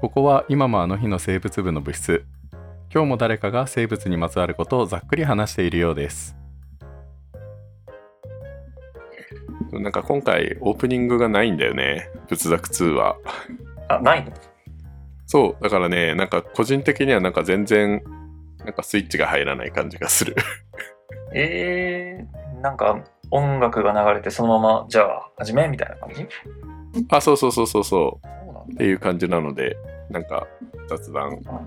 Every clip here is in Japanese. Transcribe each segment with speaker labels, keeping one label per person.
Speaker 1: ここは今もあの日の生物部の部室今日も誰かが生物にまつわることをざっくり話しているようですなんか今回オープニングがないんだよね仏作2は
Speaker 2: あ、ないの
Speaker 1: そうだからねなんか個人的にはなんか全然なんかスイッチが入らない感じがする
Speaker 2: えー、なんか音楽が流れてそのまま、じゃあ始めみたいな感じ
Speaker 1: あそうそうそうそうそう
Speaker 2: そうなん
Speaker 1: っていう感じなのでなんか雑談
Speaker 2: だ。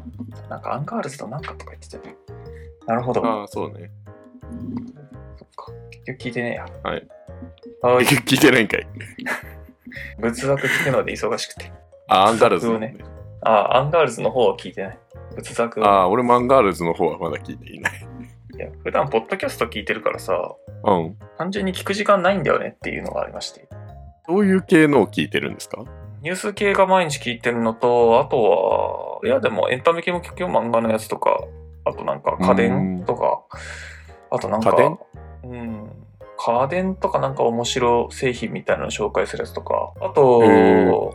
Speaker 2: なんかアンガールズとなんかとか言ってたよね。なるほど。
Speaker 1: ああそうね
Speaker 2: そっか。結局聞いてねえや。
Speaker 1: はい。
Speaker 2: はい。
Speaker 1: 聞いてないんかい
Speaker 2: 仏作聞くので忙しくて。
Speaker 1: あアンガールズの
Speaker 2: そうねああ、アンガールズの方は聞いてない。仏作
Speaker 1: ああ俺もアンガールズの方はまだ聞いていない
Speaker 2: いや、普段ポッドキャスト聞いてるからさ、
Speaker 1: うん
Speaker 2: 単純に聞く時間ないんだよねっていうのがありまして。
Speaker 1: どういう系のを聞いてるんですか
Speaker 2: ニュース系が毎日聞いてるのと、あとは、いやでもエンタメ系も聞くよ、漫画のやつとか、あとなんか家電とか、あとなんか、
Speaker 1: 家電
Speaker 2: うん、家電とかなんか面白製品みたいなの紹介するやつとか、あと
Speaker 1: へー、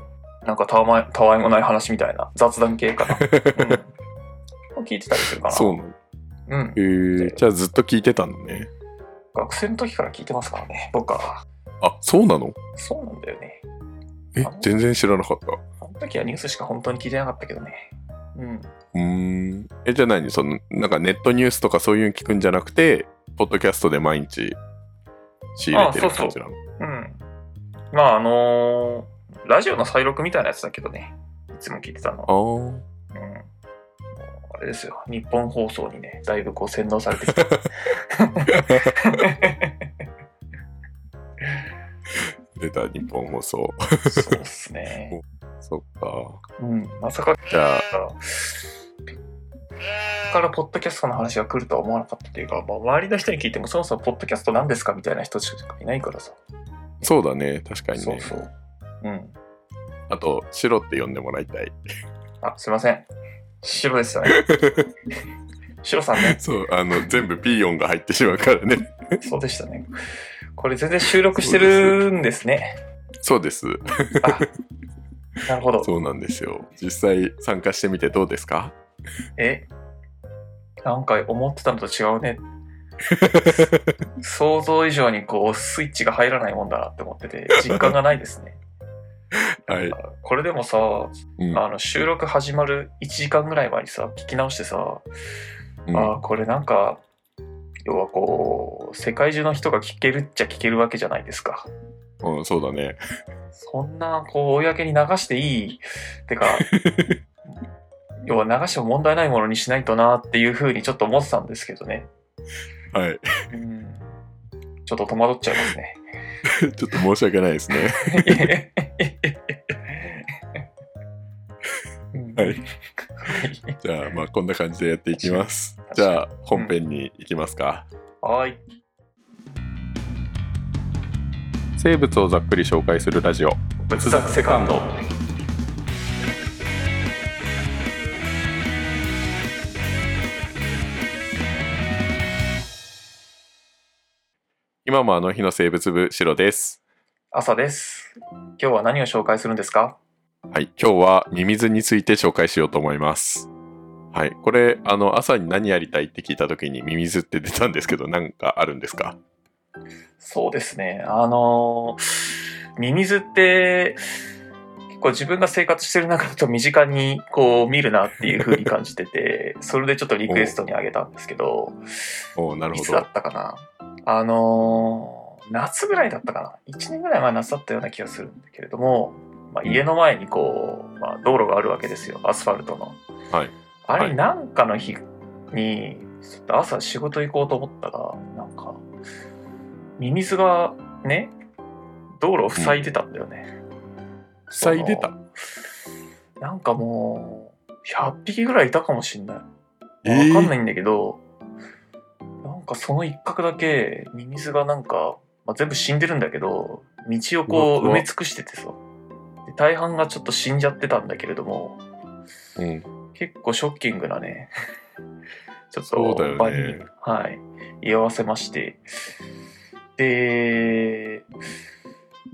Speaker 2: なんかたわまたわいもない話みたいな雑談 系かな。うん、聞いてたりするかな。
Speaker 1: そうなの
Speaker 2: うん
Speaker 1: え。ー、じゃあずっと聞いてたのね
Speaker 2: 学生の時から聞いてますからね、僕は。
Speaker 1: あそうなの
Speaker 2: そうなんだよね。
Speaker 1: え全然知らなかった
Speaker 2: あの時はニュースしか本当に聞いてなかったけどね。うん。
Speaker 1: うーんえじゃあ何そのなんかネットニュースとかそういうの聞くんじゃなくてポッドキャストで毎日仕入れてる感じなの
Speaker 2: うん。まあ、あのーラジオの再録みたいなやつだけどね、いつも聞いてたのは。
Speaker 1: ああ
Speaker 2: うん。もうあれですよ、日本放送にね、だいぶこう洗脳され てきた。
Speaker 1: 出た日本放送
Speaker 2: そうっすね。
Speaker 1: そっか
Speaker 2: うん。まさか、
Speaker 1: じゃあ
Speaker 2: からポッドキャストの話が来るとは思わなかったっていうか、まあ、周りの人に聞いてもそもそもポッドキャスト何ですかみたいな人しかいないからさ。
Speaker 1: そうだね確かにね
Speaker 2: そうそう。うん。
Speaker 1: あと白って呼んでもらいたい
Speaker 2: あ、すいません。白ですよね。白さんね。
Speaker 1: そうあの全部ピーヨンが入ってしまうからね
Speaker 2: そうでしたね。これ全然収録してるんですね。
Speaker 1: そうです
Speaker 2: あ、なるほど。
Speaker 1: そうなんですよ実際参加してみてどうですか
Speaker 2: え、なんか思ってたのと違うね。想像以上にこうスイッチが入らないもんだなって思ってて、実感がないですね。
Speaker 1: はい、
Speaker 2: これでもさ、
Speaker 1: うん
Speaker 2: あの収録始まる1時間ぐらい前にさ、聞き直してさ、
Speaker 1: うん
Speaker 2: ああこれなんか要はこう世界中の人が聞けるっちゃ聞けるわけじゃないですか
Speaker 1: うん、そうだね
Speaker 2: そんなこう公に流していいてか要は流しても問題ないものにしないとなっていうふうにちょっと思ってたんですけどね
Speaker 1: はい
Speaker 2: うんちょっと戸惑っちゃいますね
Speaker 1: ちょっと申し訳ないですね
Speaker 2: うん
Speaker 1: はいじゃあまあこんな感じでやっていきます
Speaker 2: 確
Speaker 1: じ
Speaker 2: かに
Speaker 1: ゃあ本編に行きますか、
Speaker 2: はい
Speaker 1: 生物をざっくり紹介するラジオ
Speaker 2: 仏作セカンド
Speaker 1: 今もあの日の生物部白です
Speaker 2: 朝です今日は何を紹介するんですか
Speaker 1: はい、今日はミミズについて紹介しようと思います。はい、これあの朝に何やりたいって聞いた時にミミズって出たんですけど、なんかあるんですか？
Speaker 2: そうですね。あのーミミズって、結構自分が生活してる中だと身近にこう見るなっていう風に感じてて、それでちょっとリクエストにあげたんですけど、
Speaker 1: おお、なる
Speaker 2: い
Speaker 1: ほ
Speaker 2: つだ
Speaker 1: ど。
Speaker 2: ったかなあのー夏ぐらいだったかな ?1 年ぐらい前夏だったような気がするんだけれども、まあ、
Speaker 1: うん
Speaker 2: 家の前にこう、まあ、道路があるわけですよ、アスファルトの。
Speaker 1: はい
Speaker 2: あ
Speaker 1: は
Speaker 2: れ、
Speaker 1: い
Speaker 2: なんかの日に、ちょっと朝仕事行こうと思ったら、なんか、ミミズがね、道路を塞いでたんだよね。
Speaker 1: 塞いでた。
Speaker 2: なんかもう、100匹ぐらいいたかもしんない。
Speaker 1: え
Speaker 2: わかんな
Speaker 1: ー、
Speaker 2: いんだけど、なんかその一角だけミミズがなんか、まあ、全部死んでるんだけど道をこ
Speaker 1: うわ
Speaker 2: う
Speaker 1: 怖
Speaker 2: 埋
Speaker 1: っ
Speaker 2: め尽くしててさで大半がちょっと死んじゃってたんだけれども
Speaker 1: うん、
Speaker 2: 結構ショッキングな ねちょっ
Speaker 1: そうだ
Speaker 2: と
Speaker 1: よね
Speaker 2: 場に、はい、居合わせましてで、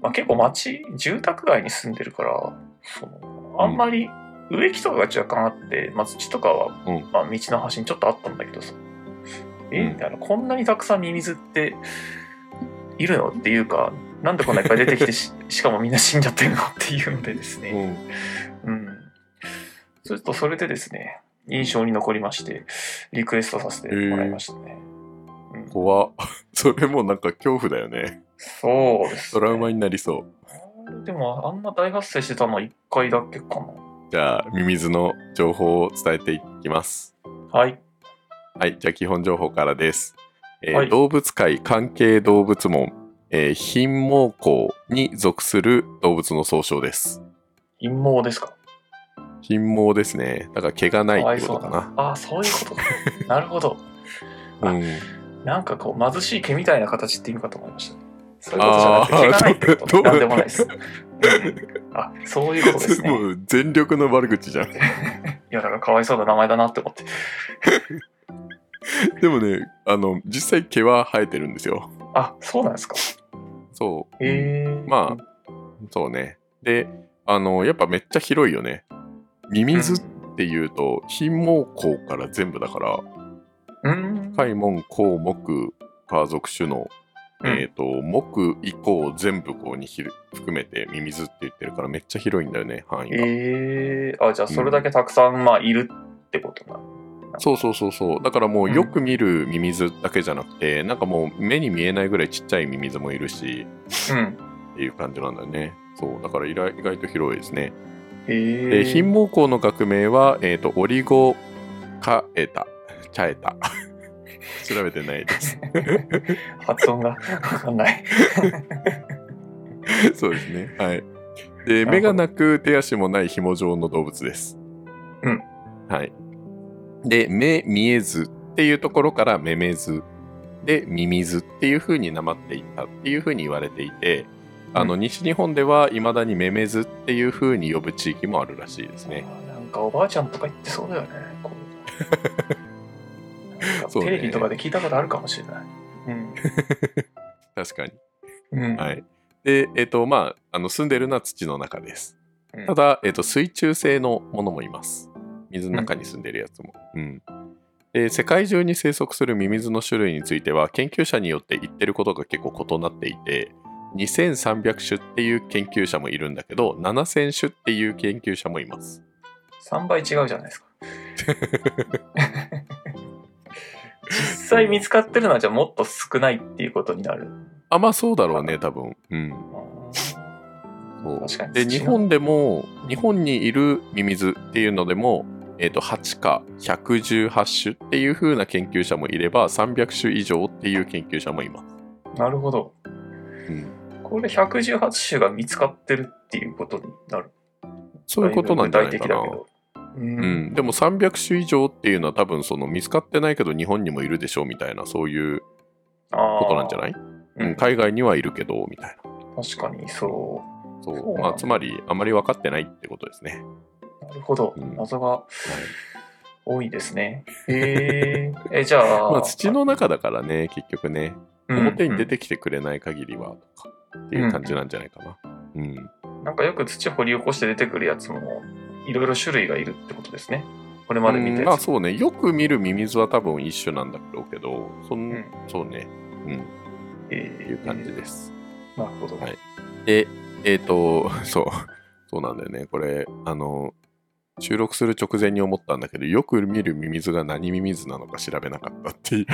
Speaker 2: まあ、結構町住宅街に住んでるからそのあんまり植木とかが若干あって、まあ、土とかは、
Speaker 1: うん
Speaker 2: まあ、道の端にちょっとあったんだけどさ、え
Speaker 1: うん
Speaker 2: みたいなこんなにたくさんミミズっているのっていうかなんでこんないっぱい出てきてし しかもみんな死んじゃってるのっていうのでですね、
Speaker 1: ん。
Speaker 2: うん。ちょっとそれでですね、印象に残りまして、リクエストさせてもらいましたね。うん
Speaker 1: 怖っ それもなんか恐怖だよね。
Speaker 2: そうです、
Speaker 1: トラウマになりそう。
Speaker 2: でも、あんな大発生してたのは1回だけか
Speaker 1: じゃあ、ミミズの情報を伝えていきます。
Speaker 2: な。はい。
Speaker 1: はい、じゃあ基本情報からです。えー
Speaker 2: はい
Speaker 1: 動物界関係動物門、えー、貧毛孔に属する動物の総称です。
Speaker 2: 陰謀ですか。
Speaker 1: 貧毛ですね。だから毛がないってことか
Speaker 2: か
Speaker 1: な。
Speaker 2: ああ、そういう ことか。なるほど。
Speaker 1: う
Speaker 2: わい
Speaker 1: ん、
Speaker 2: なんかこう、貧しい毛みたいな形って意味かと思いました。そういうことじゃな
Speaker 1: あ
Speaker 2: くて、毛がないって
Speaker 1: ー
Speaker 2: こと。なんでもないです。
Speaker 1: どう
Speaker 2: うんあ、そういうことです ね。
Speaker 1: もう全力の悪口じゃん。
Speaker 2: いや、だからかわいそうな名前だなって思って。
Speaker 1: でもね、あの、実際毛は生えてるんですよ。
Speaker 2: あ、そうなんですか。
Speaker 1: そう。
Speaker 2: へえ。
Speaker 1: まあそうね。で、あの、やっぱめっちゃ広いよね。ミミズっていうと、貧毛孔から全部だから、
Speaker 2: うん。
Speaker 1: 海門、項目、家族、種の、
Speaker 2: うん
Speaker 1: えっ、と、木以降全部こうにひる含めてミミズって言ってるからめっちゃ広いんだよね、範囲が。
Speaker 2: ええあ、じゃあそれだけたくさん、まあ、いるってことな。
Speaker 1: そうそうそうそう。だからもう
Speaker 2: うん
Speaker 1: よく見るミミズだけじゃなくて、なんかもう目に見えないぐらいちっちゃいミミズもいるし、
Speaker 2: うん。
Speaker 1: っていう感じなんだよね。そう。だから意外意外と広いですね。
Speaker 2: え
Speaker 1: で、
Speaker 2: え
Speaker 1: 貧毛孔の学名は、えっ、と、オリゴカエタ、チャエタ。 調べてないです。
Speaker 2: 発音がわかんない。
Speaker 1: そうですね。はい。で、
Speaker 2: るほど
Speaker 1: 目がなく手足もない紐状の動物です。
Speaker 2: うん。
Speaker 1: はい。で、目見えずっていうところから目目ず。で、ミミズっていう風になまっていったっていう風に言われていて、あの、
Speaker 2: う
Speaker 1: 西日本では未だにメメズっていう風に呼ぶ地域もあるらしいですね。
Speaker 2: なんかおばあちゃんとか言ってそうだよね。こうなんか
Speaker 1: そうね
Speaker 2: テレビとかで聞いたことあるかもしれない。
Speaker 1: 確かに。
Speaker 2: うん。うん。
Speaker 1: はい。で、えっ、と、まあ、あの住んでるのは土の中です。
Speaker 2: うん
Speaker 1: ただ、えっと、水中性のものもいます。水の中に住んでるやつも。うんで世界中に生息するミミズの種類については研究者によって言ってることが結構異なっていて2300種っていう研究者もいるんだけど7000種っていう研究者もいます。
Speaker 2: 3倍違うじゃないですか。実際見つかってるのはじゃあもっと少ないっていうことになる。
Speaker 1: あまあそうだろうね多分。うん、そう
Speaker 2: 確かに
Speaker 1: で
Speaker 2: 土の
Speaker 1: 日本でも日本にいるミミズっていうのでも、えー、と8か118種っていう風な研究者もいれば300種以上っていう研究者もいます。
Speaker 2: なるほど。
Speaker 1: うん
Speaker 2: これ118種が見つかってるっていうことになる。
Speaker 1: そういうことなんじゃないか
Speaker 2: だ
Speaker 1: な。
Speaker 2: ぶ具体的だけど。う。
Speaker 1: うんん、でも300種以上っていうのは多分その見つかってないけど日本にもいるでしょうみたいなそういう
Speaker 2: こ
Speaker 1: ことなんじゃない、
Speaker 2: う
Speaker 1: うん、
Speaker 2: ん、
Speaker 1: 海外にはいるけどみたいな
Speaker 2: 確かにそ
Speaker 1: そう
Speaker 2: そう
Speaker 1: まあ、つまりあまり分かってないってことですね、
Speaker 2: う。なるほど。
Speaker 1: うん
Speaker 2: 謎が多いです ね。へーえ、じゃあ、
Speaker 1: まあ、土の中だからね結局ね表に出てきてくれない限りはとかっていう感じなんじゃないかな。うん、
Speaker 2: うんうんなんかよく土掘り起こして出てくるやつも、いろいろ種類がいるってことですね。これまで見た
Speaker 1: うんま
Speaker 2: や
Speaker 1: あ
Speaker 2: つ。
Speaker 1: そうねよく見るミミズは多分一種なんだろうけどそん、
Speaker 2: うん
Speaker 1: そうね、うん、っ
Speaker 2: え
Speaker 1: て
Speaker 2: ー
Speaker 1: いう感じです。
Speaker 2: なるほど。
Speaker 1: はいでえっ、と そうそうなんだよねこれあの収録する直前に思ったんだけどよく見るミミズが何ミミズなのか調べなかったっていう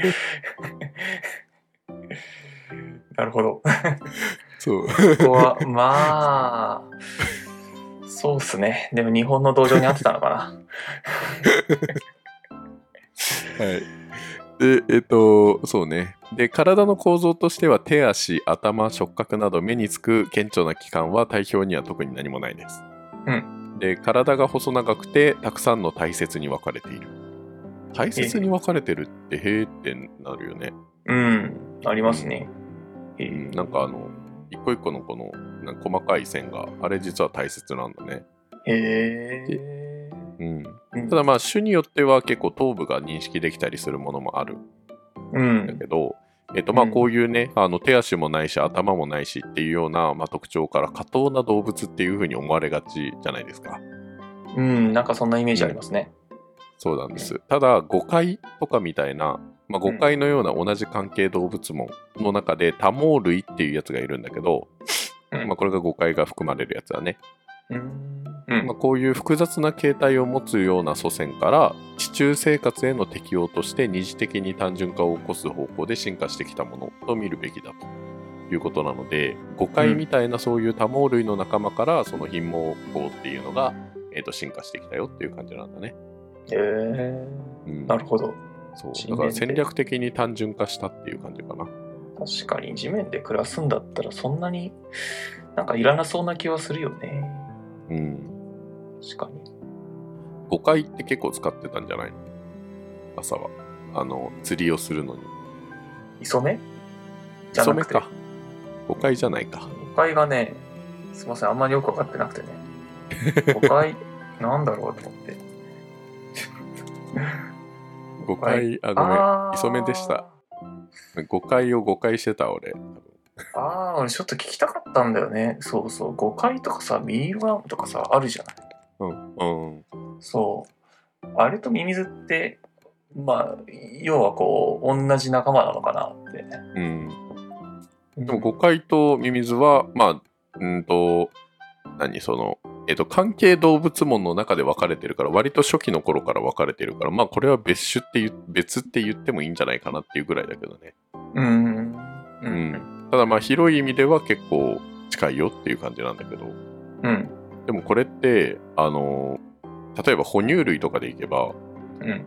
Speaker 2: なるほど。
Speaker 1: そう
Speaker 2: ここは、まあ、そうっすね。でも日本の道場に合ってたのかな。
Speaker 1: はい。で、えっと、そうね。で、体の構造としては手足、頭、触覚など目につく顕著な器官は体表には特に何もないです。
Speaker 2: う
Speaker 1: で、体が細長くて、たくさんの大切に分かれている。大切に分かれてるって、へーってなるよね。
Speaker 2: うん、ありますね。え
Speaker 1: う
Speaker 2: ー
Speaker 1: ん、なんかあの、一個一個のこのなんか細かい線が、あれ実は大切なんだね。
Speaker 2: へ
Speaker 1: で
Speaker 2: え。
Speaker 1: うん。
Speaker 2: うん
Speaker 1: ただまあ、種によっては結構頭部が認識できたりするものもある
Speaker 2: うん
Speaker 1: だ
Speaker 2: ん。
Speaker 1: けど、えっとまあ、
Speaker 2: うん
Speaker 1: こういうね、あの手足もないし頭もないしっていうような、まあ、特徴から過当な動物っていうふうに思われがちじゃないですか。
Speaker 2: うん、なんかそんなイメージありますね。
Speaker 1: そうなんです。ただ、誤解とかみたいな、まあ、誤解のような同じ関係動物門の中で、多毛類っていうやつがいるんだけど、
Speaker 2: うん
Speaker 1: まあ、これが誤解が含まれるやつだね。
Speaker 2: うん。うん
Speaker 1: まあ、こういう複雑な形態を持つような祖先から、地中生活への適応として二次的に単純化を起こす方向で進化してきたものと見るべきだということなので、誤解みたいなそういう多毛類の仲間から、その貧毛孔っていうのが、えー、と進化してきたよっていう感じなんだね。
Speaker 2: えー、
Speaker 1: うん
Speaker 2: なるほど。
Speaker 1: そう
Speaker 2: 地面
Speaker 1: だから
Speaker 2: で
Speaker 1: 戦略的に単純化したっていう感じかな。
Speaker 2: 確かに地面で暮らすんだったらそんなになんかいらなそうな気はするよね。
Speaker 1: うん。
Speaker 2: 確かに。
Speaker 1: 誤解って結構使ってたんじゃないの朝は。あの、釣りをするのに。
Speaker 2: 磯目じゃ
Speaker 1: 磯
Speaker 2: な
Speaker 1: 目
Speaker 2: くて。
Speaker 1: か。誤解じゃないか。
Speaker 2: 誤解がね、すいません、あんまりよく分かってなく てね。誤解、なんだろうと思って。
Speaker 1: 誤解、あ、ごめん
Speaker 2: あー
Speaker 1: 磯目でした。誤解を誤解してた俺。
Speaker 2: ああ、俺ちょっと聞きたかったんだよね。そうそう。誤解とかさ、ミールワームとかさ、あるじゃない。
Speaker 1: うん。うん。
Speaker 2: そう。あれとミミズって、まあ、要はこう、同じ仲間なのかなって。
Speaker 1: うん。
Speaker 2: で
Speaker 1: でも誤解とミミズは、まあ、うんと、何その、えっと、関係動物門の中で分かれてるから、割と初期の頃から分かれてるから、まあ、これは別種って言う、別って言ってもいいんじゃないかなっていうぐらいだけどね。
Speaker 2: うん。う。
Speaker 1: うんん、ただまあ広い意味では結構近いよっていう感じなんだけど
Speaker 2: うん。
Speaker 1: でもこれってあの例えば哺乳類とかでいけば
Speaker 2: うん。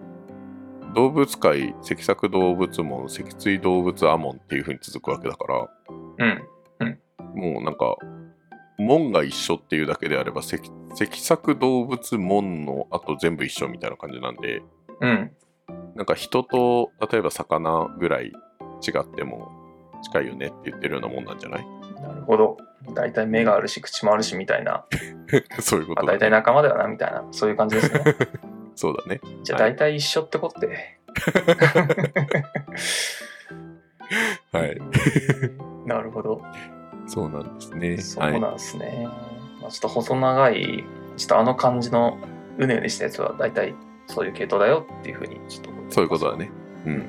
Speaker 1: 動物界脊索動物門脊椎動物アモンっていう風に続くわけだから
Speaker 2: うん。
Speaker 1: もうなんか門が一緒っていうだけであれば脊脊索動物門のあと全部一緒みたいな感じなんで
Speaker 2: うん。
Speaker 1: なんか人と例えば魚ぐらい違っても近いよねって言ってるようなもんなんじゃない
Speaker 2: なるほど。大体目があるし、口もあるしみたいな。
Speaker 1: そういうこ
Speaker 2: まあ、
Speaker 1: とだ
Speaker 2: 大体
Speaker 1: ね。
Speaker 2: 仲間だよなみたいな、そういう感じですね。
Speaker 1: そうだね。
Speaker 2: じゃあ
Speaker 1: は
Speaker 2: 大体一緒ってことで。
Speaker 1: はい。。
Speaker 2: なるほど。
Speaker 1: そうなんですね。
Speaker 2: そうなんですね。まあ、ちょっと細長い、ちょっとあの感じのうねうねしたやつは大体そういう系統だよっていうふうにちょっと思います
Speaker 1: そういうことだね。うん。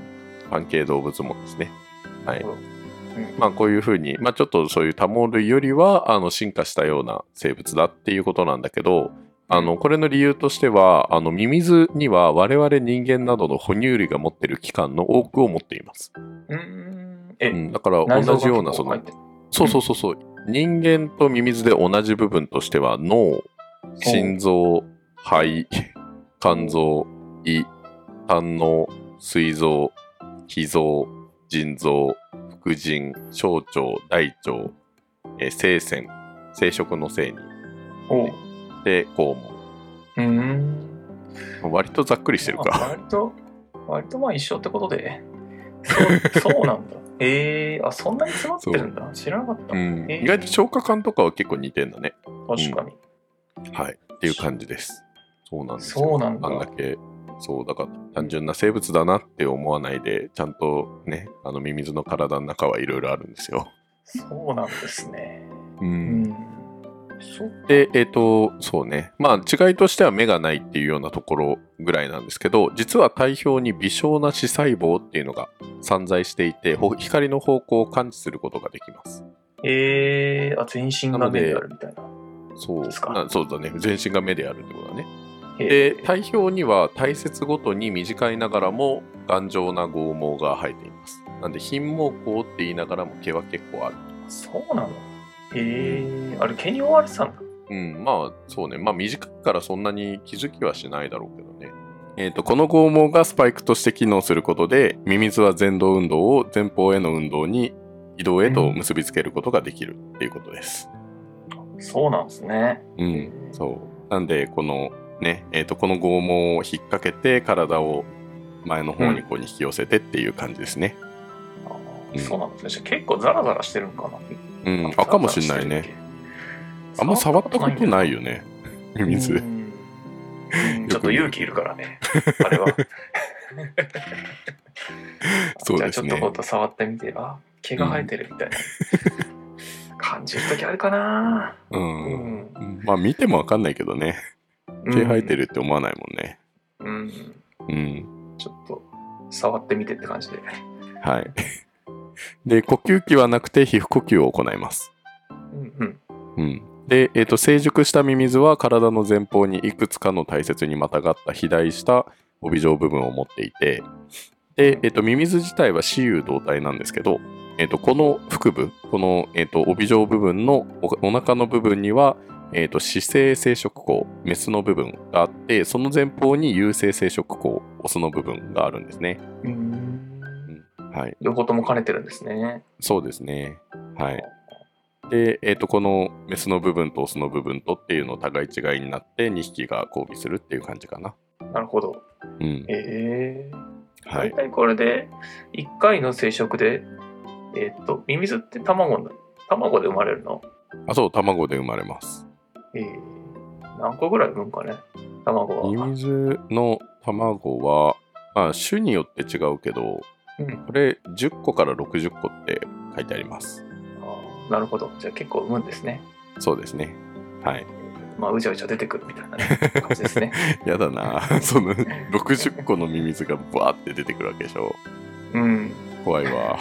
Speaker 1: 関係動物もですね。はい
Speaker 2: なるほどうん
Speaker 1: まあこういうふうに、まあちょっとそういう多毛類よりはあの進化したような生物だっていうことなんだけど、あのこれの理由としては、あのミミズには我々人間などの哺乳類が持ってる器官の多くを持っています。
Speaker 2: うーん。
Speaker 1: う
Speaker 2: え、
Speaker 1: ん、だから同じようなそ
Speaker 2: そ
Speaker 1: の
Speaker 2: の。、
Speaker 1: そうそうそうそう、人間とミミズで同じ部分としては脳、心臓、肺、 肝臓、胃、胆の、膵臓、脾臓、腎臓、副腎、小腸、大腸、えー性腺、生殖の性に、
Speaker 2: おう
Speaker 1: で、肛門。
Speaker 2: うーん。
Speaker 1: 割とざっくりしてる
Speaker 2: まあ
Speaker 1: か。
Speaker 2: 割と、割とまあ一緒ってことで。そうそうな んだ。えー、あ、そんなに詰まってるんだ。知らなかった。
Speaker 1: うん、
Speaker 2: えー
Speaker 1: 意外と消化管とかは結構似てんだね。
Speaker 2: 確かに。
Speaker 1: はい。っていう感じです。そうなんですよ。
Speaker 2: そうなんだ
Speaker 1: あんだけ、そう、だから単純な生物だなって思わないで、ちゃんとね、あのミミズの体の中はいろいろあるんですよ。
Speaker 2: そうなんですね。
Speaker 1: う。
Speaker 2: うんん。そっ
Speaker 1: で、えっ、と、そうね。まあ、違いとしては目がないっていうようなところぐらいなんですけど、実は体表に微小な視細胞っていうのが散在していて、ほ光の方向を感知することができます。
Speaker 2: えー、あ、全身が目にあるみたいな。
Speaker 1: そう
Speaker 2: ですか
Speaker 1: なそうだね。全身が目であるってことだね。
Speaker 2: へ
Speaker 1: で、体表には体節ごとに短いながらも頑丈な剛毛が生えています。なんで、貧毛孔って言いながらも毛は結構ある。
Speaker 2: ー、そうなのえー、あれ、ケニオ・ワルさんだ。
Speaker 1: うん、まあそうね、まあ短くからそんなに気づきはしないだろうけどね。えー、とこの剛毛がスパイクとして機能することでミミズは前動運動を前方への運動に移動へと結びつけることができるっていうことです。
Speaker 2: そうなんですね。
Speaker 1: うん、そう。なんでこのね、えー、とこの剛毛を引っ掛けて体を前の方にこう引き寄せてっていう感じですね。
Speaker 2: あ
Speaker 1: うん
Speaker 2: ーそうなんですね。じゃあ結構ザラザラしてるんかな。
Speaker 1: うん、あかもしんないね。あんま触ったことないよね、ミ ミズ。
Speaker 2: うんちょっと勇気いるからね、あれは。
Speaker 1: そう
Speaker 2: じゃあ
Speaker 1: で
Speaker 2: ち
Speaker 1: す
Speaker 2: ょっと
Speaker 1: ね
Speaker 2: こう触ってみて、あ、毛が生えてるみたいな。感じる時あるかな
Speaker 1: う、
Speaker 2: うんん。
Speaker 1: まあ見てもわかんないけどね毛生えて
Speaker 2: る。
Speaker 1: るって思わないもんね
Speaker 2: うん。
Speaker 1: うん
Speaker 2: ちょっと、触ってみてって感じで。
Speaker 1: はい で呼吸器はなくて皮膚呼吸を行います
Speaker 2: うんうん。
Speaker 1: うんで、えー、と成熟したミミズは体の前方にいくつかの大切にまたがった肥大した帯状部分を持っていてで、えー、とミミズ自体は雌雄同体なんですけど、えー、とこの腹部この、えー、と帯状部分のおお腹の部分には、えー、と雌性生殖孔メスの部分があってその前方に有性生殖孔オスの部分があるんですね
Speaker 2: うん。
Speaker 1: はい
Speaker 2: 両方とも兼ねてるんですね。
Speaker 1: そうですねはいで、えー、とこのメスの部分とオスの部分とっていうのを互い違いになって2匹が交尾するっていう感じかな。
Speaker 2: なるほど。
Speaker 1: うん、
Speaker 2: ええ
Speaker 1: は
Speaker 2: 大
Speaker 1: い、
Speaker 2: 体これで、1回の生殖で、えーっと、ミミズって卵な、卵で生まれるの
Speaker 1: あそう卵で生まれます。
Speaker 2: ええ何個ぐらい産むんかね卵
Speaker 1: ミ
Speaker 2: は。
Speaker 1: ミズの卵は、まあ、種によって違うけど
Speaker 2: うん
Speaker 1: これ10個から60個って書いてあります。
Speaker 2: あーなるほど。じゃあ結構産むんですね。
Speaker 1: そうですね。はい、
Speaker 2: まあ、うじゃうじゃ出てくるみたいな、ね、感じ ですね。
Speaker 1: やだ なその60個のミミズがバーって出てくるわけでしょ
Speaker 2: うん。
Speaker 1: 怖いわ。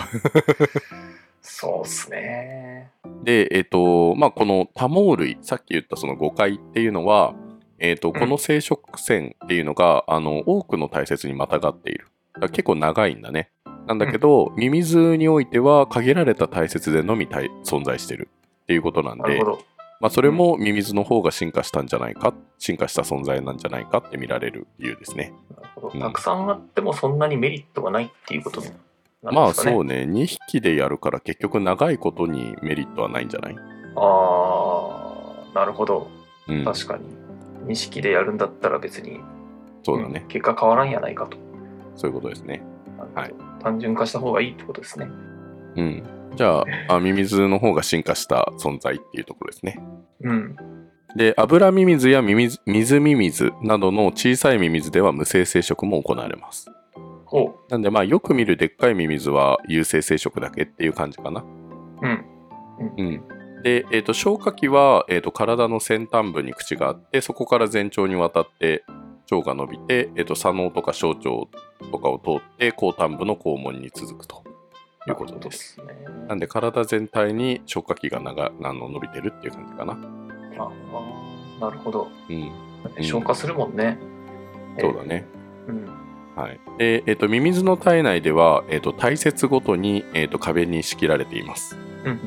Speaker 2: そうっすね。
Speaker 1: で、えっ、と、まあ、この多毛類、さっき言ったその誤解っていうのは、えっ、と、
Speaker 2: ん
Speaker 1: この生殖腺っていうのが、あの、多くの大切にまたがっている。だから結構長いんだね。なんだけど、ミミズにおいては限られた大切でのみ大存在してるっていうことなん
Speaker 2: なる
Speaker 1: で
Speaker 2: ほ、ど。
Speaker 1: まあ、それもミミズの方が進化したんじゃないか、進化した存在なんじゃないかって見られる理由ですね。
Speaker 2: なるほ
Speaker 1: う
Speaker 2: ど。
Speaker 1: ん
Speaker 2: たくさんあってもそんなにメリットがないっていうことにな
Speaker 1: ま
Speaker 2: るん
Speaker 1: あ
Speaker 2: ですかね。
Speaker 1: そうね、2匹でやるから結局長いことにメリットはないんじゃない、
Speaker 2: ああ、なるほど。
Speaker 1: うん、
Speaker 2: 確かに。錦でやるんだったら別に、
Speaker 1: そうだね。
Speaker 2: 結果変わらんやないかと。
Speaker 1: そういうことですね。はい
Speaker 2: 単純化した方がいいってことですね。
Speaker 1: うん。じゃあ、あミミズの方が進化した存在っていうところですね。
Speaker 2: うん。
Speaker 1: で、油ミミズやミミズ水ミミズなどの小さいミミズでは無性生殖も行われます。
Speaker 2: おう。
Speaker 1: なんで、まあ、よく見るでっかいミミズは有性生殖だけっていう感じかな。
Speaker 2: うん。
Speaker 1: うん。で、えっ、と、消化器は、えっ、と、体の先端部に口があって、そこから全長にわたって腸が伸びて、えっ、と、左脳とか小腸とかを通って、後端部の肛門に続くということです。
Speaker 2: すね。
Speaker 1: なんで体全体に消化器が長あの伸びてるっていう感じかな。
Speaker 2: ああ、なるほど。
Speaker 1: うん。うん
Speaker 2: 消化するもんね。
Speaker 1: そうだね。
Speaker 2: えー。うん。
Speaker 1: はい。で、えっ、と、ミミズの体内では、えっ、と、体節ごとに、えっ、と、壁に仕切られています。
Speaker 2: うん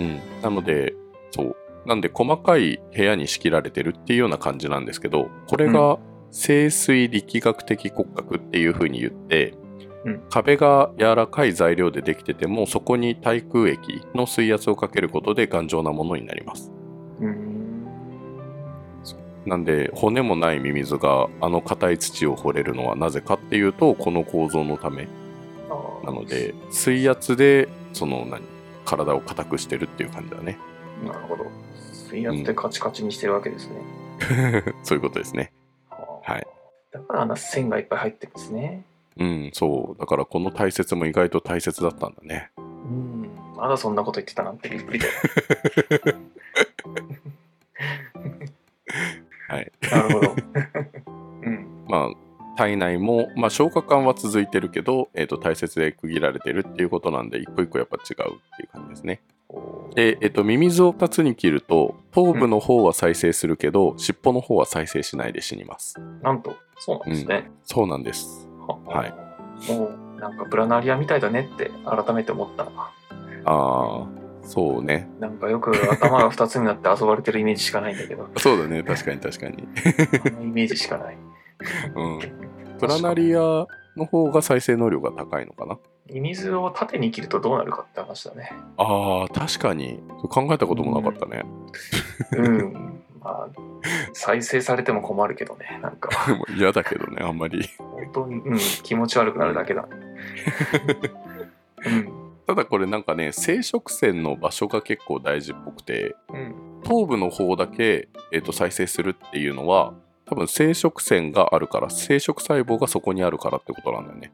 Speaker 1: うん。なので、そう。なんで、細かい部屋に仕切られてるっていうような感じなんですけど、これが、清水力学的骨格っていう風に言って、
Speaker 2: うん
Speaker 1: 壁が柔らかい材料でできてても、そこに対空液の水圧をかけることで頑丈なものになります。
Speaker 2: うん。うん。
Speaker 1: なんで骨もないミミズがあの硬い土を掘れるのはなぜかっていうとこの構造のため
Speaker 2: あー
Speaker 1: なので水圧でその何体を硬くしてるっていう感じだね
Speaker 2: なるほど。水圧でカチカチにしてるわけですね。
Speaker 1: そういうことですね
Speaker 2: あー
Speaker 1: はい。
Speaker 2: だからあんな線がいっぱい入ってるんですね。
Speaker 1: うんそうだからこの大切も意外と大切だったんだね
Speaker 2: うん。まだそんなこと言ってたなんてびっくりだよ。
Speaker 1: はい
Speaker 2: なるほ ど。うん。
Speaker 1: まあ体内も、まあ、消化管は続いてるけど、えー、と大切で区切られてるっていうことなんで一個一個やっぱ違うっていう感じですね
Speaker 2: おー
Speaker 1: で、えっと、ミミズを2つに切ると頭部の方は再生するけど、尻尾の方は再生しないで死にます
Speaker 2: なんと、そうなんですね。
Speaker 1: そうなんですはい
Speaker 2: い。もう、なんかプラナリアみたいだねって改めて思ったな。
Speaker 1: ああ、そうね。
Speaker 2: なんかよく頭が2つになって遊ばれてるイメージしかないんだ けど、
Speaker 1: そうだね、確かに確か に。
Speaker 2: あのイメージしかない。
Speaker 1: うん。プラナリアの方が再生能量が高いのかな
Speaker 2: ミミズを縦に切るとどうなるかって話だね。
Speaker 1: ああ、確かに。考えたこともなかったね。
Speaker 2: うん。まあ、再生されても困るけどね。なんか、
Speaker 1: でも嫌だけどね、あんま り。
Speaker 2: 本当に、うん、気持ち悪くなるだけだ。うん。
Speaker 1: ただこれなんかね、生殖腺の場所が結構大事っぽくて、
Speaker 2: うん。
Speaker 1: 頭部の方だけ、えっと再生するっていうのは、多分生殖腺があるから、生殖細胞がそこにあるからってことなんだよね。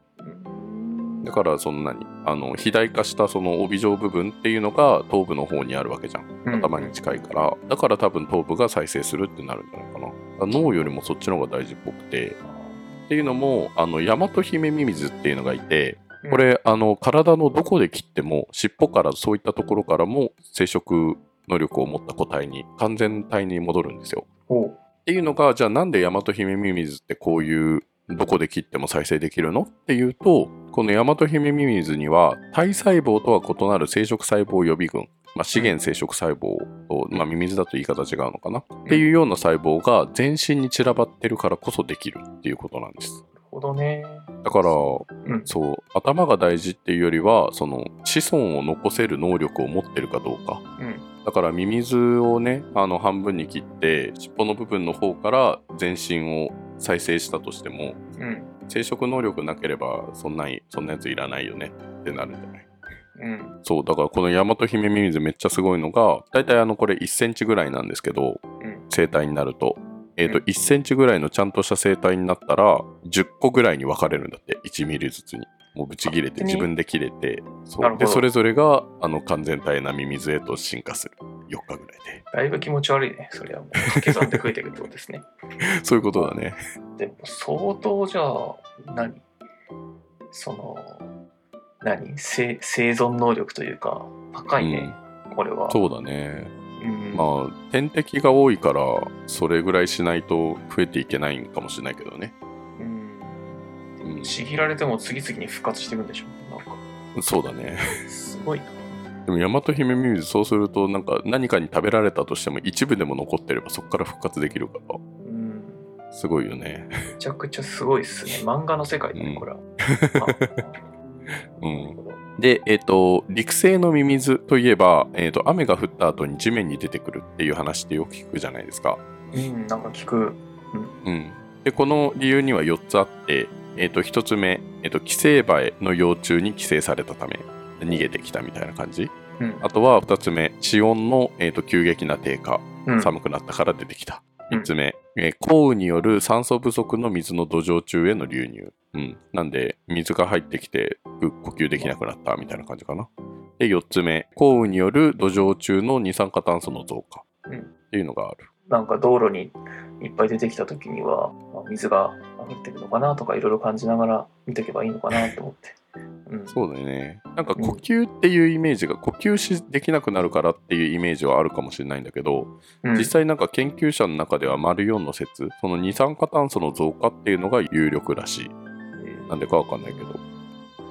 Speaker 1: だからそんなにあの肥大化したその帯状部分っていうのが頭部の方にあるわけじゃん
Speaker 2: うん
Speaker 1: 頭に近いから、だから多分頭部が再生するってなるんじゃないかなだから脳よりもそっちの方が大事っぽくてっていうのもあの大和姫ミミズっていうのがいて
Speaker 2: うん
Speaker 1: これあの体のどこで切っても尻尾からそういったところからも生殖能力を持った個体に完全体に戻るんですよ
Speaker 2: おう
Speaker 1: っていうのが、じゃあなんでヤマトヒメミミズってこういう、どこで切っても再生できるのっていうと、このヤマトヒメミミズには、体細胞とは異なる生殖細胞予備群、まあ、資源生殖細胞と、まあ、ミミズだと言い方違うのかな、っていうような細胞が全身に散らばってるからこそできるっていうことなんです。
Speaker 2: なるほどね
Speaker 1: だから、
Speaker 2: うん
Speaker 1: そう、頭が大事っていうよりは、その子孫を残せる能力を持ってるかどうか
Speaker 2: うん
Speaker 1: だからミミズをねあの半分に切って尻尾の部分の方から全身を再生したとしても
Speaker 2: うん
Speaker 1: 生殖能力なければそんないそんなやついらないよねってなるんじゃない
Speaker 2: うん
Speaker 1: そうだからこのヤマトヒメミミズめっちゃすごいのがだいたいあのこれ1センチぐらいなんですけど、
Speaker 2: うん
Speaker 1: 生体になると。えーと
Speaker 2: うん
Speaker 1: 1センチぐらいのちゃんとした生体になったら10個ぐらいに分かれるんだって1ミリずつにもうぶち切れて
Speaker 2: あ
Speaker 1: 自分で切れてそ
Speaker 2: なる
Speaker 1: う
Speaker 2: ほど
Speaker 1: でそれぞれがあの完全体なミミズへと進化する4日ぐらいで
Speaker 2: だいぶ気持ち悪いねそれはもう掛け算で増えていくってことですね
Speaker 1: そういうことだね。
Speaker 2: でも相当じゃあ何その何生生存能力というか高いね、これは
Speaker 1: そうだね。
Speaker 2: うん
Speaker 1: まあ、天敵が多いから、それぐらいしないと増えていけないんかもしれないけどね。
Speaker 2: うん
Speaker 1: うん、
Speaker 2: ちぎられても次々に復活していくんでしょなんか
Speaker 1: そうだね。
Speaker 2: すごいな
Speaker 1: でも、ヤマトヒメミミズ、そうすると、なんか、何かに食べられたとしても、一部でも残ってれば、そこから復活できるか
Speaker 2: うん
Speaker 1: ら、すごいよね。
Speaker 2: めちゃくちゃすごいっすね漫画の世界だ
Speaker 1: うん
Speaker 2: ねこれは、
Speaker 1: う
Speaker 2: あなる
Speaker 1: ん。
Speaker 2: ほど
Speaker 1: で、えっ、と、陸生のミミズといえば、えっ、と、雨が降った後に地面に出てくるっていう話ってよく聞くじゃないですか。
Speaker 2: うんなんか聞く
Speaker 1: うん、でこの理由には4つあって、えー、と1つ目、えー、と寄生バエの幼虫に寄生されたため逃げてきたみたいな感じ
Speaker 2: うん
Speaker 1: あとは2つ目地温の、えー、と急激な低下
Speaker 2: うん
Speaker 1: 寒くなったから出てきた
Speaker 2: うん
Speaker 1: 3つ目、えー降雨による酸素不足の水の土壌中への流入、うん、なんで水が入ってきてう呼吸できなくなったみたいな感じかなで4つ目降雨による土壌中の二酸化炭素の増加
Speaker 2: うん
Speaker 1: っていうのがある
Speaker 2: なんか道路にいっぱい出てきた時にはまあ水が溢れてるのかなとかいろいろ感じながら見ていけばいいのかなと思って、うん、
Speaker 1: そうだよね。なんか呼吸っていうイメージが、呼吸しできなくなるからっていうイメージはあるかもしれないんだけど、
Speaker 2: うん
Speaker 1: 実際なんか研究者の中では丸4の説、その二酸化炭素の増加っていうのが有力らしい。なんでかわかんないけど。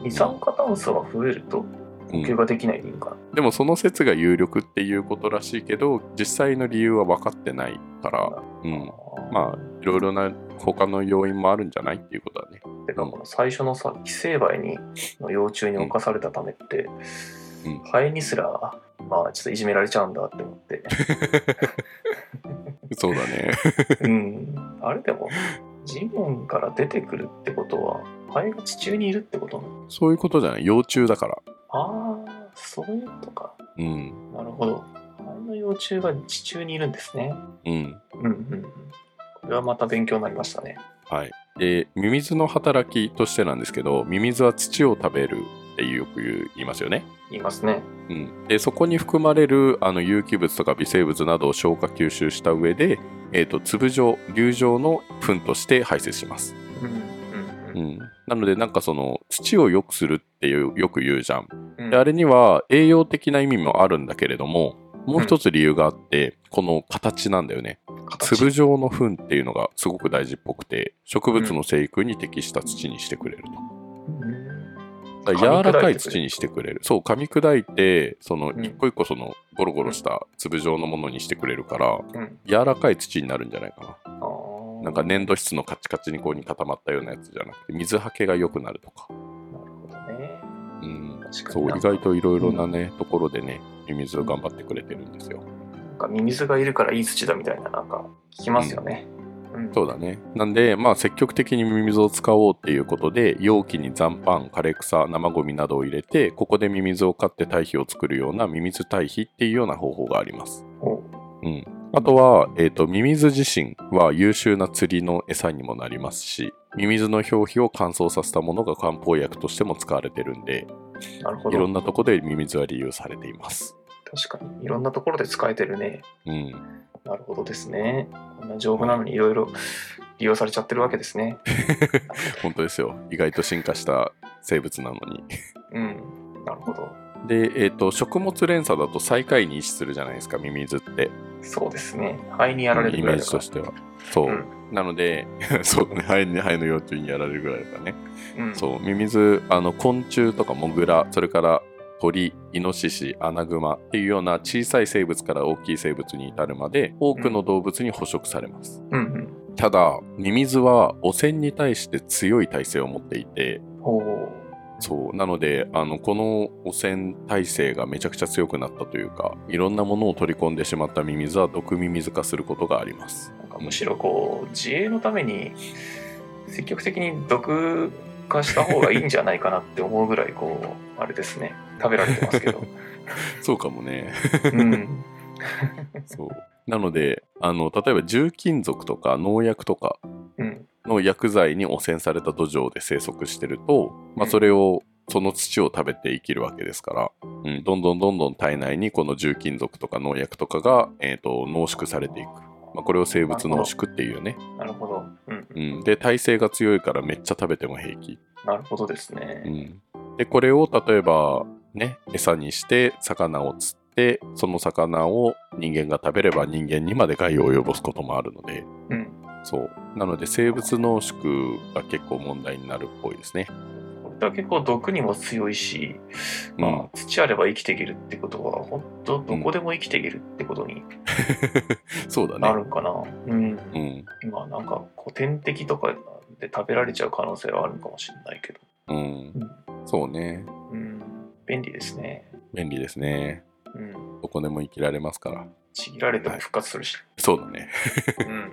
Speaker 2: 二酸化炭素が増えると
Speaker 1: うん
Speaker 2: 呼吸ができないでいいんかな、
Speaker 1: でもその説が有力っていうことらしいけど、実際の理由は分かってないから、うん。
Speaker 2: あ
Speaker 1: まあ、いろいろな他の要因もあるんじゃないっていうことだね。
Speaker 2: ーてかこの最初のさ寄生バエにの幼虫に侵されたためって、
Speaker 1: うん
Speaker 2: ハエにすらまあちょっといじめられちゃうんだって思 って
Speaker 1: そうだね。
Speaker 2: うん、あれでも地面から出てくるってことはハエが地中にいるってことなの
Speaker 1: そういうことじゃない。幼虫だから。
Speaker 2: ああそういうことか
Speaker 1: うん。
Speaker 2: なるほどハエの幼虫が地中にいるんですね
Speaker 1: うん。
Speaker 2: うんうんうんこれはまた勉強になりましたね
Speaker 1: はい、でミミズの働きとしてなんですけどミミズは土を食べるってよく言う言いますよね。
Speaker 2: 言いますね
Speaker 1: うん、でそこに含まれるあの有機物とか微生物などを消化吸収した上で、えー、と粒状粒状の糞として排泄します、
Speaker 2: うん
Speaker 1: う
Speaker 2: うん
Speaker 1: ん、なのでなんかその土を良くするっていうよく言うじゃん
Speaker 2: うん
Speaker 1: であれには栄養的な意味もあるんだけれどももう一つ理由があって、この形なんだよね
Speaker 2: 形
Speaker 1: 粒状の糞っていうのがすごく大事っぽくて植物の生育に適した土にしてくれると、
Speaker 2: うん
Speaker 1: だから柔らかい土にしてくれるそう噛み砕いてその
Speaker 2: うん
Speaker 1: 一個一個そのゴロゴロした粒状のものにしてくれるから
Speaker 2: うん
Speaker 1: 柔らかい土になるんじゃないか
Speaker 2: あ
Speaker 1: な
Speaker 2: ー
Speaker 1: なんか粘土質のカチカチにこうに固まったようなやつじゃなくて水はけが良くなるとか、
Speaker 2: なるほどね
Speaker 1: うん、
Speaker 2: 確か
Speaker 1: そ
Speaker 2: に
Speaker 1: う
Speaker 2: な
Speaker 1: 意外といろいろなね、ところでねミミズを頑張ってくれてるんですよ
Speaker 2: なんかミミズがいるからいい土だみたいななんか聞きますよね、うん
Speaker 1: そうだね。なんで、まあ、積極的にミミズを使おうっていうことで、容器に残飯、枯れ草、生ゴミなどを入れて、ここでミミズを飼って堆肥を作るようなミミズ堆肥っていうような方法があります。
Speaker 2: お
Speaker 1: うん。あとは、えっ、と、ミミズ自身は優秀な釣りの餌にもなりますし、ミミズの表皮を乾燥させたものが漢方薬としても使われてるんで
Speaker 2: なるほ
Speaker 1: いろ
Speaker 2: ど
Speaker 1: ん。なとこでミミズは利用されています
Speaker 2: 確かに。いろんなところで使えてるね。
Speaker 1: うん
Speaker 2: なるほどですね。こんな丈夫なのにいろいろ利用されちゃってるわけです ね。
Speaker 1: 本当ですよ意外と進化した生物なのに
Speaker 2: うん。なるほど。
Speaker 1: で、えー、と食物連鎖だと最下位に位置するじゃないですかミミズって
Speaker 2: そうですね。肺にやられる
Speaker 1: イ
Speaker 2: ぐ
Speaker 1: メ
Speaker 2: らい
Speaker 1: ー
Speaker 2: だ
Speaker 1: ジ
Speaker 2: か
Speaker 1: と
Speaker 2: ら。
Speaker 1: してはそう、
Speaker 2: うん
Speaker 1: なので そうね肺に肺の幼虫にやられるぐらいだからね
Speaker 2: うん、
Speaker 1: そうミミズあの昆虫とかモグラそれから鳥イノシシアナグマっていうような小さい生物から大きい生物に至るまで多くの動物に捕食されます、
Speaker 2: うん
Speaker 1: ただミミズは汚染に対して強い耐性を持っていて
Speaker 2: うん。ほう。
Speaker 1: そうなのであのこの汚染耐性がめちゃくちゃ強くなったというかいろんなものを取り込んでしまったミミズは毒ミミズ化することがあります
Speaker 2: なんかむしろこう、自衛のために積極的に毒化した方がいいんじゃないかなって思うぐらい、こう、あれですね。食べられてます けど。
Speaker 1: そうかも ね
Speaker 2: うん。
Speaker 1: そうなのであの例えば重金属とか農薬とか
Speaker 2: うん。
Speaker 1: の薬剤に汚染された土壌で生息してると、まあ、
Speaker 2: うん
Speaker 1: それをその土を食べて生きるわけですから、うん、どんどんどんどん体内にこの重金属とか農薬とかが、えー、と濃縮されていく、まあ、これを生物濃縮っていうね、
Speaker 2: なるほど。うん。
Speaker 1: うん、で耐性が強いからめっちゃ食べても平気、
Speaker 2: なるほどです
Speaker 1: う
Speaker 2: ね。
Speaker 1: ん、でこれを例えばね餌にして魚を釣ってその魚を人間が食べれば人間にまで害を及ぼすこともあるので
Speaker 2: うん。
Speaker 1: そうなので生物濃縮が結構問題になるっぽいですね
Speaker 2: これだけこう毒にも強いし、まあ、
Speaker 1: うん
Speaker 2: 土あれば生きていけるってことは、本当どこでも生きていけるってことに
Speaker 1: そうだ
Speaker 2: な
Speaker 1: ね。
Speaker 2: るんかな。うん。
Speaker 1: うん。
Speaker 2: まあなんかこう天敵とかで食べられちゃう可能性はあるのかもしれないけど、
Speaker 1: うん。
Speaker 2: うん
Speaker 1: そうね。
Speaker 2: うん、便利ですね、
Speaker 1: 便利ですね。
Speaker 2: うん、
Speaker 1: どこでも生きられますから。
Speaker 2: ちぎられても復活するし、
Speaker 1: そうだね。
Speaker 2: うん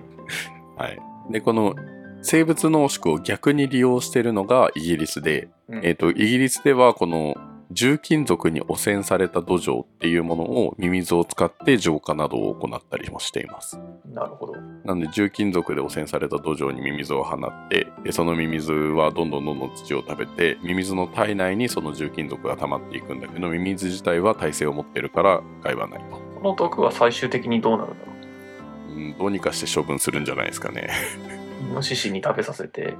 Speaker 1: はい。で、この生物濃縮を逆に利用しているのがイギリスで、
Speaker 2: うん
Speaker 1: えっ、と、イギリスではこの重金属に汚染された土壌っていうものをミミズを使って浄化などを行ったりもしています。
Speaker 2: なるほど、
Speaker 1: なので重金属で汚染された土壌にミミズを放ってでそのミミズはどんどんどんどん土を食べてミミズの体内にその重金属が溜まっていくんだけどミミズ自体は耐性を持ってるから害はないと、
Speaker 2: この毒は最終的にどうなるんだろ
Speaker 1: うん、どうにかして処分するんじゃないですかね
Speaker 2: うイノシシに食べさせて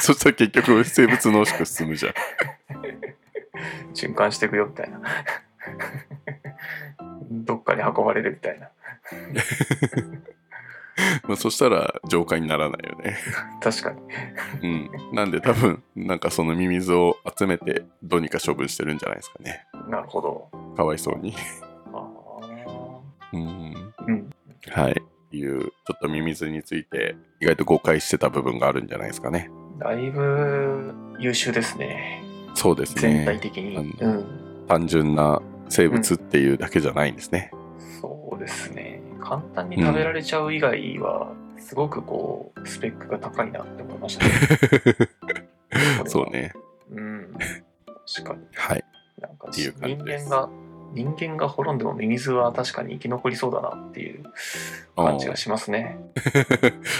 Speaker 1: そしたら結局生物濃縮進むじゃん
Speaker 2: 循環していくよみたいな どっかに運ばれるみたいな
Speaker 1: まあそしたら浄化にならないよね
Speaker 2: 確かに
Speaker 1: うんなんで多分なんかそのミミズを集めてどうにか処分してるんじゃないですかね
Speaker 2: なるほど
Speaker 1: かわいそうに
Speaker 2: あ
Speaker 1: うん
Speaker 2: ーうん
Speaker 1: はい。いう、ちょっとミミズについて、意外と誤解してた部分があるんじゃないですかね。
Speaker 2: だいぶ優秀ですね
Speaker 1: そうです
Speaker 2: 全体
Speaker 1: ね。
Speaker 2: 的に、
Speaker 1: うん
Speaker 2: うん
Speaker 1: 単純な生物っていうだけじゃないんですね。
Speaker 2: そうですね簡単に食べられちゃう以外は、すごくこうスペックが高いなって思いましたね
Speaker 1: そうね。
Speaker 2: うん確かに
Speaker 1: はい。
Speaker 2: なんか
Speaker 1: ってい
Speaker 2: 人
Speaker 1: う感じです
Speaker 2: 間が人間が滅んでもミミズは確かに生き残りそうだなっていう
Speaker 1: あー
Speaker 2: 感じがしますね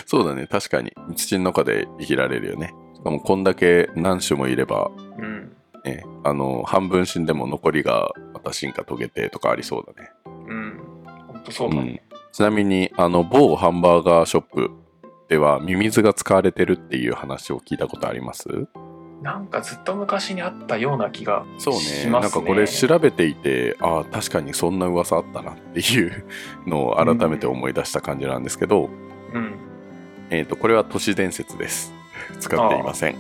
Speaker 1: そうだね。確かに。土の中で生きられるよね。しかも、こんだけ何種もいれば、
Speaker 2: うん
Speaker 1: ね、あの、半分死んでも残りがまた進化遂げてとかありそうだね。
Speaker 2: うん本当そうだね、
Speaker 1: ちなみに、あの、某ハンバーガーショップでは、ミミズが使われてるっていう話を聞いたことあります
Speaker 2: なんかずっと昔にあったような気が
Speaker 1: そうね
Speaker 2: し
Speaker 1: な
Speaker 2: ますね
Speaker 1: んかこれ調べていてああ確かにそんな噂あったなっていうのを改めて思い出した感じなんですけど、
Speaker 2: うん
Speaker 1: えー、とこれは都市伝説です使っていません、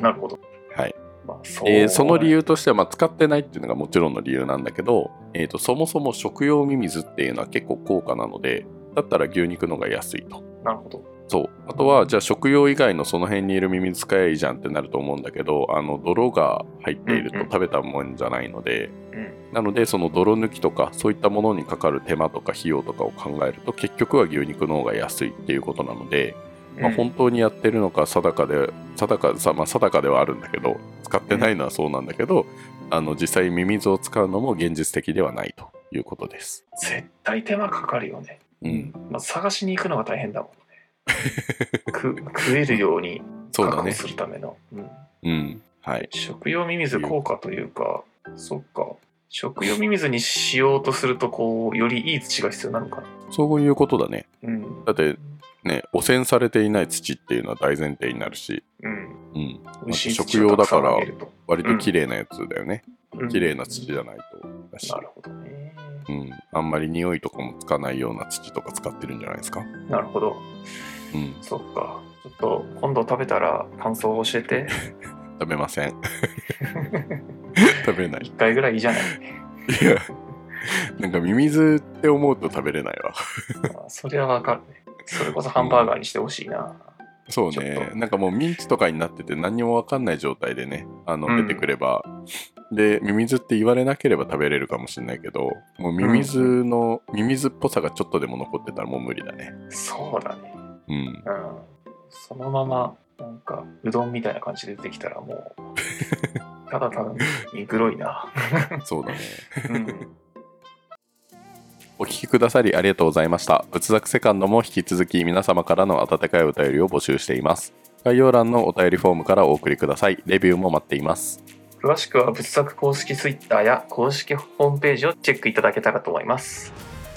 Speaker 2: なるほど
Speaker 1: はい
Speaker 2: まあそう
Speaker 1: えーその理由としては、まあ、使ってないっていうのがもちろんの理由なんだけど、えー、とそもそも食用ミミズっていうのは結構高価なのでだったら牛肉の方が安いと
Speaker 2: なるほど
Speaker 1: そうあとはじゃあ食用以外のその辺にいるミミズ使えばいいじゃんってなると思うんだけどあの泥が入っていると
Speaker 2: うんうん
Speaker 1: 食べたもんじゃないので、
Speaker 2: うん
Speaker 1: なのでその泥抜きとかそういったものにかかる手間とか費用とかを考えると結局は牛肉の方が安いっていうことなので、まあ、
Speaker 2: うん
Speaker 1: 本当にやってるのか定かで定かさ、まあ、定かではあるんだけど使ってないのはそうなんだけど、あの実際ミミズを使うのも現実的ではないということです。
Speaker 2: 絶対手間かかるよね
Speaker 1: うん、
Speaker 2: まず探しに行くのが大変だもんね。 く食えるように
Speaker 1: そう
Speaker 2: 確
Speaker 1: だ
Speaker 2: 保
Speaker 1: ね。
Speaker 2: するための。うん
Speaker 1: うん。はい。
Speaker 2: 食用ミミズ効果というか、そっか。食用ミミズにしようとすると、こう、よりいい土が必要なのかな。
Speaker 1: そういうことだね。
Speaker 2: うん。
Speaker 1: だって、ね、汚染されていない土っていうのは大前提になるし、
Speaker 2: うん。
Speaker 1: うん。
Speaker 2: 美味しい
Speaker 1: 食用だから
Speaker 2: 土をたくさんあげると
Speaker 1: 割と綺麗なやつだよね。
Speaker 2: うん
Speaker 1: 綺麗な土じゃないと。だし
Speaker 2: なるほどね。
Speaker 1: うん。あんまり匂いとかもつかないような土とか使ってるんじゃないですか。
Speaker 2: なるほど。
Speaker 1: うん。
Speaker 2: そっか。ちょっと、今度食べたら感想を教え て。
Speaker 1: 食べません。食べない。
Speaker 2: 一回ぐらいいいじゃない。
Speaker 1: いや、なんかミミズって思うと食べれないわ。
Speaker 2: あそれはわかるね。それこそハンバーガーにしてほしいな。
Speaker 1: そう
Speaker 2: ちょっ
Speaker 1: ね
Speaker 2: と
Speaker 1: なんかもうミンチとかになってて何にも分かんない状態でねあの
Speaker 2: うん
Speaker 1: 出てくれば、でミミズって言われなければ食べれるかもしれないけどもうミミズの、ミミズっぽさがちょっとでも残ってたらもう無理だね
Speaker 2: そうだね。
Speaker 1: うん
Speaker 2: うん。そのまま、なんか、うどんみたいな感じで出てきたらも う、ただただ、グロいな。
Speaker 1: そうだね
Speaker 2: うん。
Speaker 1: お聞きくださりありがとうございました。仏作セカンドも引き続き皆様からの温かいお便りを募集しています。概要欄のお便りフォームからお送りください。レビューも待っています。
Speaker 2: 詳しくは仏作公式ツイッターや公式ホームページをチェックいただけたらと思います。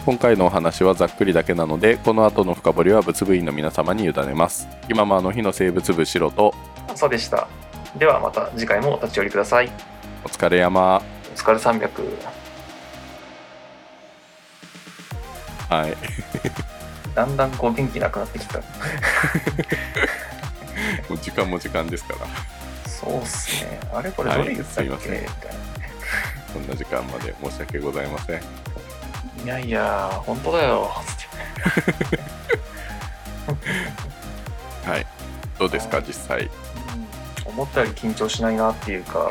Speaker 1: 今回のお話はざっくりだけなので、この後の深掘りは仏部員の皆様に委ねます。今もあの日の生物部シロと
Speaker 2: 朝でした。ではまた次回もお立ち寄りください。
Speaker 1: お疲れ山。
Speaker 2: お疲れ300。
Speaker 1: はい。
Speaker 2: だんだんこう元気なくなってきた。
Speaker 1: もう時間も時間ですから、
Speaker 2: そうっすね。あれこれどれ言ってたっけ、
Speaker 1: はいすいません
Speaker 2: みたいな。
Speaker 1: こんな時間まで申し訳ございません。
Speaker 2: いやいや、本当だよ。つって
Speaker 1: はい。どうですか、実際。
Speaker 2: うん思ったより緊張しないなっていう か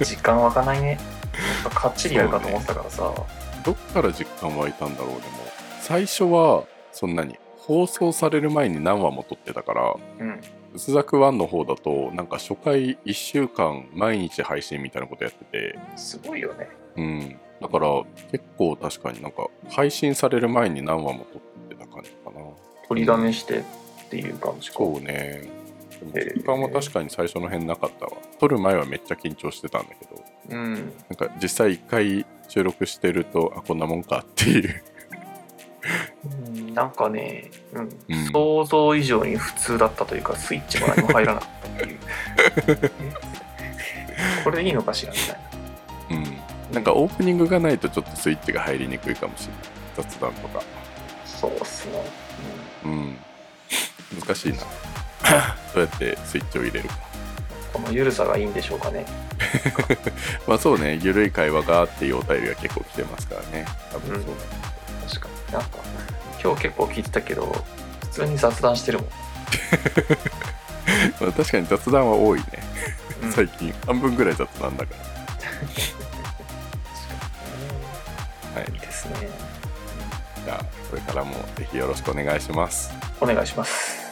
Speaker 2: 実感湧かないねやっぱかっちりやるかと思ってたからさ、
Speaker 1: どっから実感湧いたんだろう、でも。最初は、そんなに、放送される前に何話も撮ってたから、
Speaker 2: うん
Speaker 1: 薄ザク1の方だと、なんか初回1週間毎日配信みたいなことやってて、
Speaker 2: すごいよね
Speaker 1: うん。だから、結構確かになんか、配信される前に何話も撮ってた感じかな。
Speaker 2: 取りだめしてっていう感じか、
Speaker 1: そうね。でも
Speaker 2: えー
Speaker 1: 実感は確かに最初の辺なかったわ。撮る前はめっちゃ緊張してたんだけど、
Speaker 2: うん、
Speaker 1: なんか実際一回収録してるとあこんなもんかっていう、
Speaker 2: うん、なんかね、うん
Speaker 1: うん
Speaker 2: 想像以上に普通だったというかスイッチも何も入らなかったっていう えこれでいいのかしらみたいな
Speaker 1: うん、なんかオープニングがないとちょっとスイッチが入りにくいかもしれない雑談とか、
Speaker 2: そうっすね、
Speaker 1: うん、難しい などうやってスイッチを入れるか
Speaker 2: うん、この緩さがいいんでしょうかね
Speaker 1: まあそうねゆるい会話がっていうお便りが結構来てますからね多分そうだね、
Speaker 2: 確かになんか今日結構聞いてたけど普通に雑談してるもん、
Speaker 1: まあ確かに雑談は多いね
Speaker 2: うん
Speaker 1: 最近半分ぐらい雑談だかはい
Speaker 2: いいですね。
Speaker 1: らじゃあこれからもぜひよろしくお願いします
Speaker 2: お願いします。